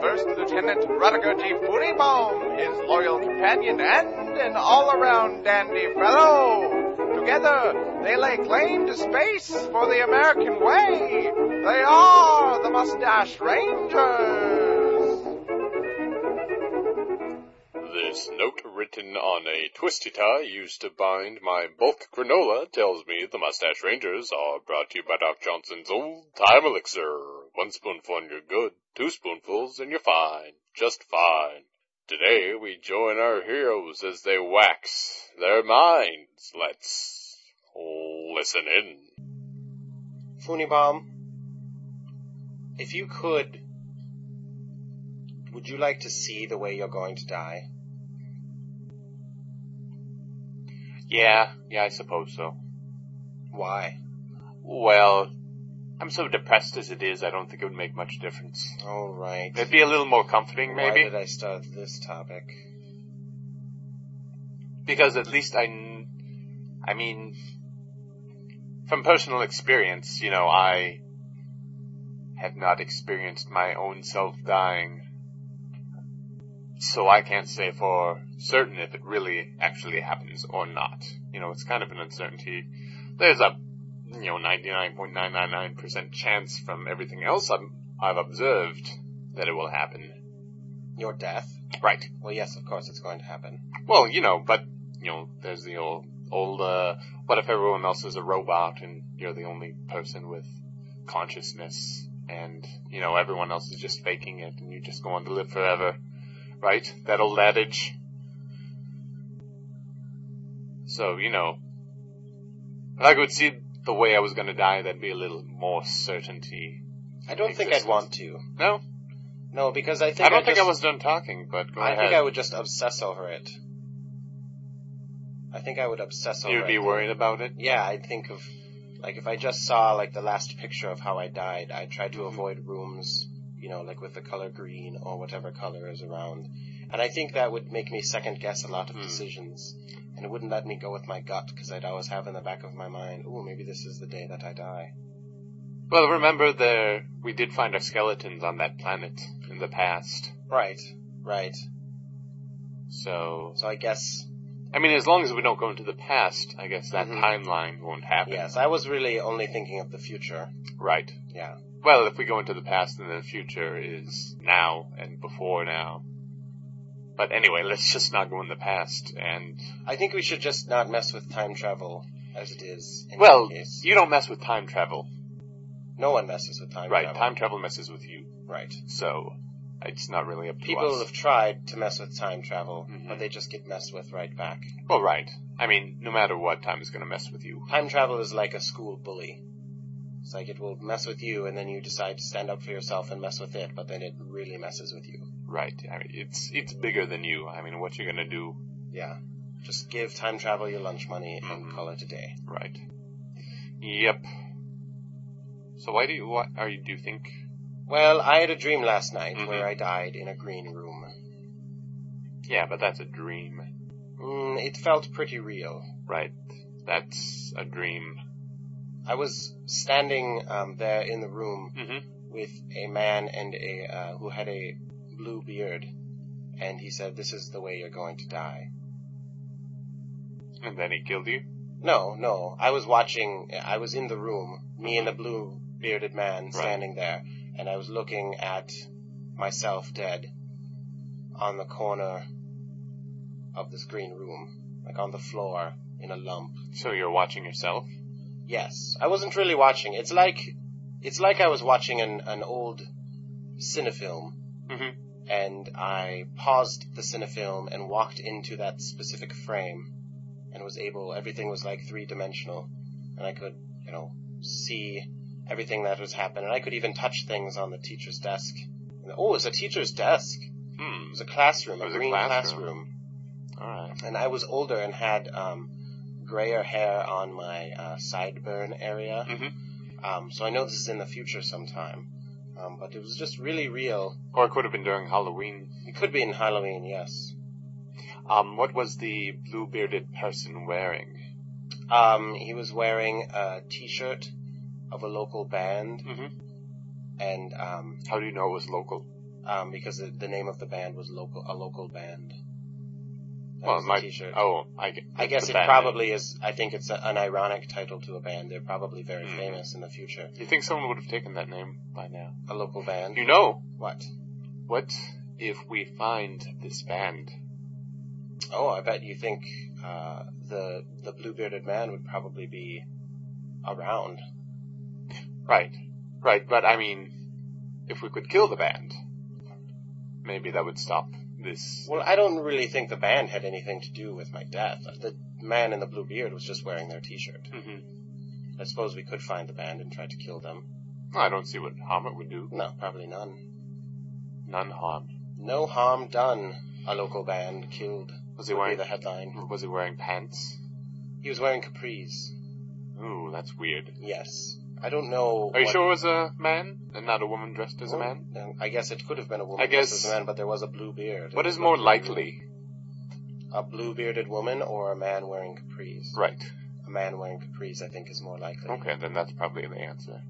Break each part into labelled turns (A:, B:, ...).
A: First Lieutenant Rutger G. Furibaum, his loyal companion and an all-around dandy fellow. Together, they lay claim to space for the American way. They are the Mustache Rangers.
B: This note written on a twisty tie used to bind my bulk granola tells me the Mustache Rangers are brought to you by Doc Johnson's Old Time Elixir. One spoonful and you're good, two spoonfuls and you're fine, just fine. Today we join our heroes as they wax their minds. Let's listen in.
C: Funibom, if you could, would you like to see the way you're going to die?
D: Yeah, yeah, I suppose so.
C: Why?
D: Well, I'm so depressed as it is, I don't think it would make much difference.
C: Alright.
D: It'd be a little more comforting,
C: Why
D: maybe,
C: did I start this topic?
D: because at least I, kn- I mean, from personal experience, you know, I have not experienced my own self dying. So I can't say for certain if it really actually happens or not. You know, it's kind of an uncertainty. There's a, you know, 99.999% chance from everything else I'm, I've observed that it will happen.
C: Your death?
D: Right.
C: Well, yes, of course it's going to happen.
D: Well, you know, but you know, there's the old old uh what if everyone else is a robot and you're the only person with consciousness and you know, everyone else is just faking it and you just go on to live forever. Right? That old adage. So, you know if I could see the way I was gonna die, that'd be a little more certainty.
C: I don't think I'd
D: Existence.
C: want to.
D: No?
C: No, because I
D: I,
C: think
D: don't
C: I'd
D: think
C: just-
D: I was done talking, but go
C: I
D: ahead.
C: think I would just obsess over it. I think I would obsess over
D: You'd be
C: it.
D: worried about it?
C: Yeah, I'd think of, like, if I just saw, like, the last picture of how I died, I'd try to
D: Mm-hmm.
C: avoid rooms, you know, like, with the color green or whatever color is around. And I think that would make me second guess a lot of
D: Hmm.
C: decisions. And it wouldn't let me go with my gut, because I'd always have in the back of my mind, ooh, maybe this is the day that I die.
D: Well, remember there we did find our skeletons on that planet in the past.
C: Right, right.
D: So,
C: So I guess,
D: I mean, as long as we don't go into the past, I guess that
C: Mhm.
D: timeline won't happen.
C: yes, I was really only thinking of the future.
D: Right.
C: Yeah.
D: Well, if we go into the past, then the future is now and before now. But anyway, let's just not go in the past. And
C: I think we should just not mess with time travel as it is. In
D: well,
C: that case.
D: you don't mess with time travel,
C: no one messes with time
D: right?
C: travel.
D: Time travel messes with you,
C: right.
D: so it's not really up to
C: People
D: us.
C: have tried to mess with time travel,
D: Mhm.
C: but they just get messed with right back.
D: well, right. I mean, no matter what, time is going to mess with you.
C: Time travel is like a school bully. It's like it will mess with you, and then you decide to stand up for yourself and mess with it, but then it really messes with you.
D: Right. I mean, it's it's bigger than you. I mean, what you're going to do
C: Yeah. Just give time travel your lunch money and
D: Mhm.
C: call it a day.
D: Right. Yep. So why do you why are you do you think
C: Well, I had a dream last night
D: Mhm.
C: where I died in a green room.
D: Yeah, but that's a dream.
C: Mm, it felt pretty real.
D: Right. That's a dream.
C: I was standing um, there in the room
D: Mm-hmm.
C: with a man and a uh, who had a blue beard, and he said, "This is the way you're going to die."
D: And then he killed you?
C: No, no, I was watching. I was in the room, me and the blue bearded man standing there, and I was looking at myself dead on the corner of this green room, like on the floor in a lump.
D: So you're watching yourself?
C: Yes, I wasn't really watching. It's like, it's like I was watching an an old cinefilm.
D: Mm-hmm.
C: and I paused the cinefilm and walked into that specific frame and was able everything was like three dimensional and I could, you know, see everything that was happening. And I could even touch things on the teacher's desk. And, oh, it's a teacher's desk. It
D: Hmm.
C: was a classroom,
D: It
C: a
D: was a
C: green
D: classroom.
C: classroom.
D: Alright.
C: and I was older and had um, grayer hair on my uh, sideburn area.
D: Mm-hmm.
C: Um, so I know this is in the future sometime, um, but it was just really real.
D: Or it could have been during Halloween.
C: It could be in Halloween, yes.
D: Um, what was the blue bearded person wearing?
C: Um, he was wearing a T-shirt of a local band,
D: Mm-hmm.
C: and um,
D: How do you know it was local?
C: um, because the, the name of the band was local, a local band. That
D: well,
C: was
D: it
C: the
D: might.
C: T-shirt.
D: Oh, I, g-
C: I
D: it's
C: guess
D: the
C: it
D: band
C: probably is. I think it's a, an ironic title to a band. They're probably very
D: Mhm.
C: famous in the future.
D: name. You think someone would have taken that name by now?
C: A local band.
D: You know,
C: What?
D: what if we find this band?
C: Oh, I bet you think uh, the the blue bearded man would probably be around.
D: Right, right, but I mean, if we could kill the band, maybe that would stop this.
C: Well, I don't really think the band had anything to do with my death. The man in the blue beard was just wearing their T-shirt.
D: Mhm.
C: I suppose we could find the band and try to kill them.
D: I don't see what harm it would do.
C: No, probably none.
D: None harm.
C: No harm done. A local band killed
D: Was he
C: would be
D: wearing?
C: the headline.
D: Was he wearing pants?
C: He was wearing capris.
D: Ooh, that's weird.
C: Yes. I don't know.
D: Are you
C: what-
D: sure it was a man and not a woman dressed as a
C: Well,
D: man?
C: then I guess it could have been a woman.
D: I guess-
C: dressed as a man, but there was a blue beard.
D: What
C: It
D: is
C: looked
D: more
C: like a-
D: likely?
C: A blue bearded woman or a man wearing capris?
D: Right.
C: A man wearing capris, I think, is more likely.
D: Okay, then that's probably the answer.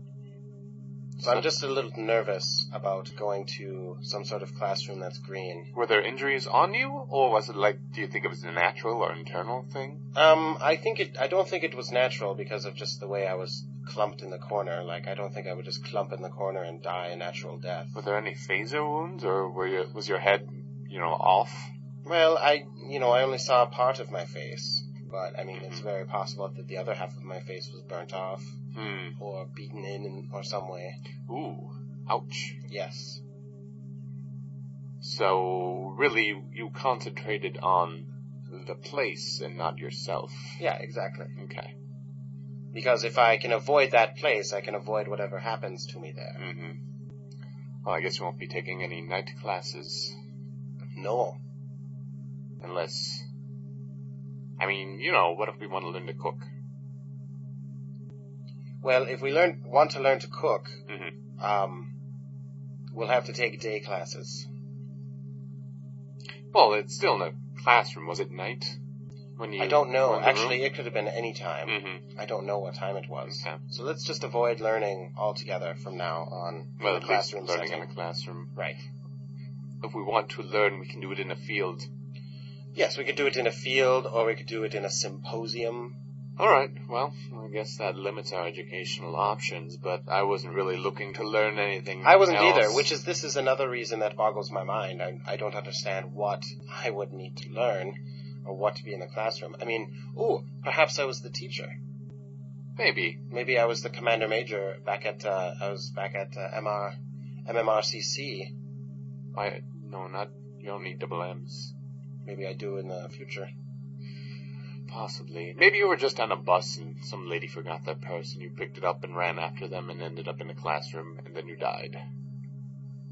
C: So I'm just a little nervous about going to some sort of classroom that's green.
D: Were there injuries on you, or was it like? Do you think it was a natural or internal thing?
C: Um, I think it, I don't think it was natural because of just the way I was clumped in the corner. Like, I don't think I would just clump in the corner and die a natural death.
D: Were there any phaser wounds, or were you, was your head, you know, off?
C: Well, I, you know, I only saw part of my face. But, I mean, it's very possible that the other half of my face was burnt off
D: Hmm.
C: or beaten in, in or some way.
D: Ooh. Ouch.
C: Yes.
D: So really, you concentrated on the place and not yourself.
C: Yeah, exactly.
D: Okay.
C: Because if I can avoid that place, I can avoid whatever happens to me there.
D: Mm-hmm. Well, I guess you won't be taking any night classes.
C: No.
D: Unless, I mean, you know, what if we want to learn to cook?
C: Well, if we learn want to learn to cook,
D: Mhm.
C: um, we'll have to take day classes.
D: Well, it's still in a classroom. Was it night? When you
C: I don't know.
D: were in the
C: Actually, it could have been any time.
D: room? Mhm.
C: I don't know what time it was.
D: Okay.
C: So let's just avoid learning altogether from now on in
D: Well,
C: the
D: at least
C: classroom
D: learning
C: setting.
D: in a classroom.
C: Right.
D: If we want to learn, we can do it in a field.
C: Yes, we could do it in a field, or we could do it in a symposium.
D: All right. Well, I guess that limits our educational options. But I wasn't really looking to learn anything.
C: I wasn't
D: Mm. else.
C: either, which is this is another reason that boggles my mind. I, I don't understand what I would need to learn, or what to be in the classroom. I mean, ooh, perhaps I was the teacher.
D: maybe
C: maybe I was the commander major back at uh, I was back at uh, MR MMRCC.
D: I no, not you don't need double M's.
C: Maybe I do in the future.
D: Possibly. Maybe you were just on a bus and some lady forgot their purse and you picked it up and ran after them and ended up in a classroom and then you died.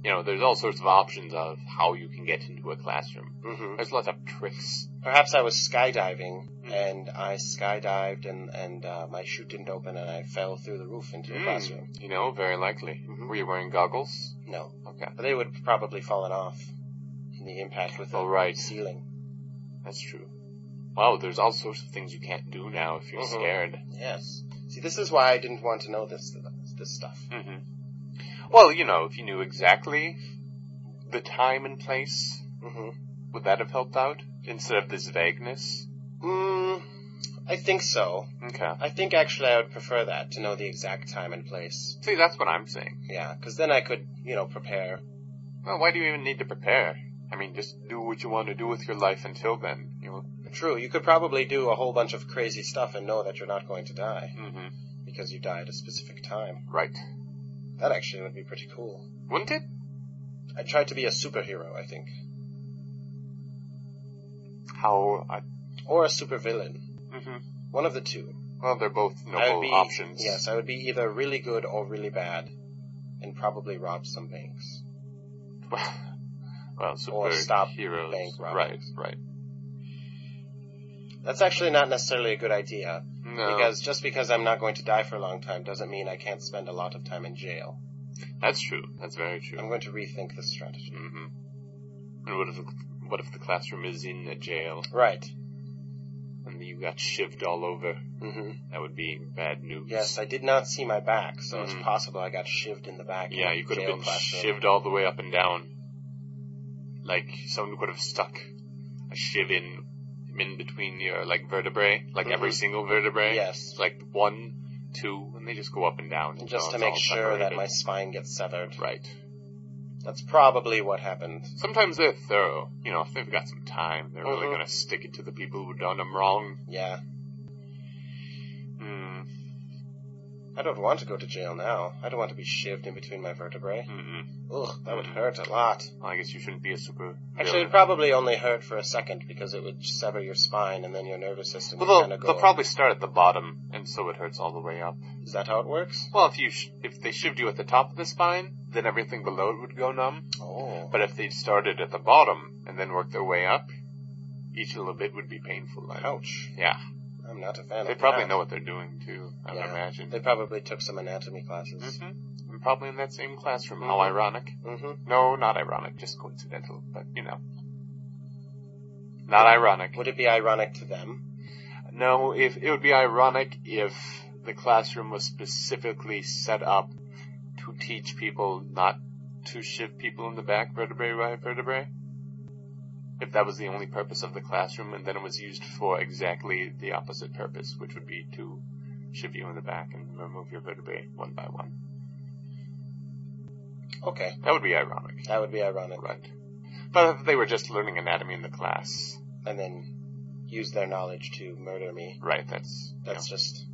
D: You know, there's all sorts of options of how you can get into a classroom.
C: hmm
D: There's lots of tricks.
C: Perhaps I was skydiving
D: Mhm.
C: and I skydived and and uh, my chute didn't open and I fell through the roof into
D: Mm.
C: a classroom.
D: You know, very likely.
C: Mhm.
D: Were you wearing goggles?
C: No,
D: Okay.
C: but they would probably fallen off in the impact with the
D: Oh, right.
C: ceiling.
D: That's true. Wow, there's all sorts of things you can't do now if you're
C: Mhm.
D: scared.
C: Yes. See, this is why I didn't want to know this this stuff.
D: Mm-hmm. Well, you know, if you knew exactly the time and place,
C: hmm
D: would that have helped out instead of this vagueness?
C: Mm, I think so.
D: Okay.
C: I think actually I would prefer that to know the exact time and place.
D: See, that's what I'm saying.
C: Yeah, because then I could, you know, prepare.
D: Well, why do you even need to prepare? I mean, just do what you want to do with your life until then. You know?
C: True, you could probably do a whole bunch of crazy stuff and know that you're not going to die
D: Mm-hmm.
C: because you die at a specific time.
D: Right.
C: That actually would be pretty cool.
D: Wouldn't it?
C: I'd try to be a superhero, I think,
D: How? I,
C: or a supervillain.
D: mm-hmm.
C: One of the two.
D: Well, they're both
C: I would
D: noble
C: be,
D: options.
C: Yes, I would be either really good or really bad, and probably rob some banks.
D: well,
C: Or stop
D: superheroes.
C: bank
D: Right.
C: robberies.
D: Right.
C: That's actually not necessarily a good idea.
D: No,
C: Because just because I'm not going to die for a long time doesn't mean I can't spend a lot of time in jail.
D: that's true. That's very
C: I'm
D: true.
C: going to rethink this strategy.
D: hmm And what if what if the classroom is in a jail
C: Right.
D: and you got shivved all over?
C: hmm
D: That would be bad news.
C: Yes, I did not see my back, so it's
D: Mhm.
C: possible I got shivved in the back. in
D: Yeah,
C: the
D: you could have
C: jail
D: been
C: classroom.
D: shivved all the way up and down. Like someone could have stuck a shiv in in between your like vertebrae, like every
C: Mhm.
D: single vertebrae.
C: Yes.
D: It's like one, two, and they just go up and down. until
C: Just to
D: it's
C: make
D: all
C: sure that
D: separated.
C: my spine gets severed.
D: right.
C: That's probably what happened.
D: Sometimes they're thorough. You know, if they've got some time, they're really
C: Mhm.
D: gonna stick it to the people who done them wrong.
C: Yeah. Mm-hmm.
D: Mm.
C: I don't want to go to jail now. I don't want to be shivved in between my vertebrae.
D: Mm.
C: Ugh, that would hurt a lot.
D: Well, I guess you shouldn't be a super.
C: Actually, it
D: villain.
C: would probably only hurt for a second because it would sever your spine and then your nervous system would
D: well,
C: kind
D: they'll,
C: of go.
D: they'll probably start at the bottom, and so it hurts all the way up.
C: Is that how it works?
D: Well, if you sh- if they shivved you at the top of the spine, then everything below it would go numb.
C: Oh.
D: But if they started at the bottom and then worked their way up, each little bit would be painful. Like,
C: Ouch.
D: yeah,
C: I'm not a fan
D: they
C: of
D: probably
C: that.
D: know what they're doing too. I would
C: Yeah.
D: imagine.
C: They probably took some anatomy classes.
D: hmm I'm probably in that same classroom. How
C: Mhm.
D: ironic.
C: Mm-hmm.
D: No, not ironic, just coincidental, but you know. Not ironic.
C: Would it be ironic to them?
D: No, if it would be ironic if the classroom was specifically set up to teach people not to shift people in the back vertebrae by vertebrae. If that was the only purpose of the classroom, and then it was used for exactly the opposite purpose, which would be to shift you in the back and remove your vertebrae one by one.
C: Okay,
D: That would be ironic,
C: that would be ironic.
D: right? But if they were just learning anatomy in the class,
C: And then use their knowledge to murder me.
D: right? That's you
C: That's just,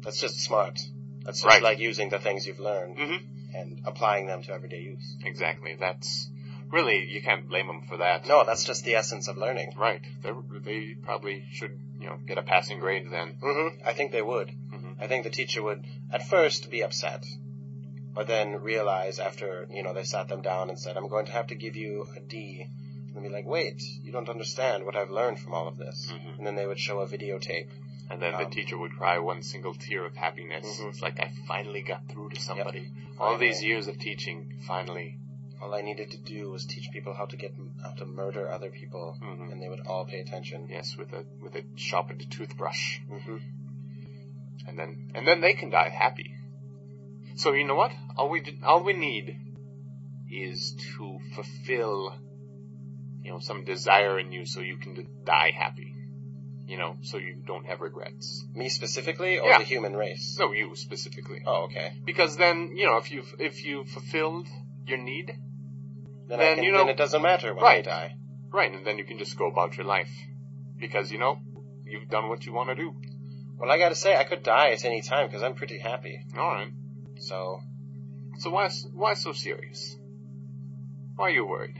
C: that's just smart. That's just
D: Right.
C: like using the things you've learned
D: know. Mhm.
C: and applying them to everyday use.
D: Exactly. That's really you can't blame them for that.
C: No, that's just the essence of learning.
D: Right. They they probably should you know get a passing grade then.
C: Mm-hmm. I think they would.
D: hmm
C: I think the teacher would at first be upset, but then realize after, you know, they sat them down and said, I'm going to have to give you a D. And be like, wait, you don't understand what I've learned from all of this.
D: Mhm.
C: And then they would show a videotape.
D: And then the
C: Um,
D: teacher would cry one single tear of happiness.
C: Mhm.
D: It's like I finally got through to somebody. All
C: Finally.
D: these years of teaching, finally.
C: All I needed to do was teach people how to get, how to murder other people,
D: Mhm.
C: and they would all pay attention.
D: Yes, with a with a sharpened toothbrush.
C: Mm-hmm.
D: and then and then they can die happy. So you know what? All we d- all we need is to fulfill, you know, some desire in you, so you can d- die happy. You know, so you don't have regrets.
C: Me specifically, or
D: Yeah.
C: the human race?
D: No, you specifically,
C: Oh, okay.
D: because then you know if you if you fulfilled your need,
C: Then, I
D: Then,
C: can,
D: you know-
C: then it doesn't matter when I
D: Right.
C: die.
D: right, and then you can just go about your life, because you know you've done what you want to do.
C: Well, I gotta say, I could die at any time because I'm pretty happy.
D: All right.
C: So,
D: So why s- why so serious? Why are you worried?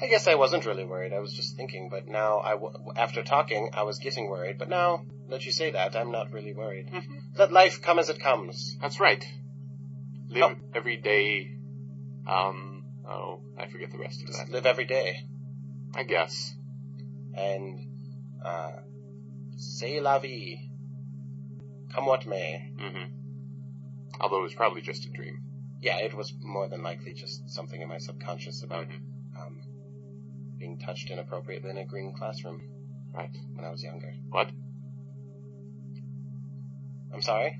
C: I guess I wasn't really worried. I was just thinking, but now I, w- after talking, I was getting worried. But now that you say that, I'm not really worried.
D: Mhm.
C: Let life come as it comes.
D: That's right. Live
C: Oh.
D: every day. Um, oh, I forget the rest of
C: Just
D: that.
C: live every day
D: I guess.
C: and uh, say la vie, come what may.
D: hmm Although it was probably just a dream.
C: Yeah, it was more than likely just something in my subconscious about
D: Mhm.
C: um, being touched inappropriately in a green classroom
D: Right.
C: when I was younger.
D: What?
C: I'm sorry.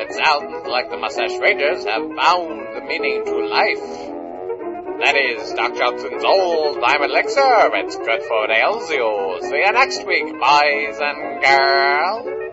A: It sounds like the Mustache Rangers have found the meaning to life. That is Doc Johnson's old time elixir. It's good for Dalesios. See you next week, boys and girls.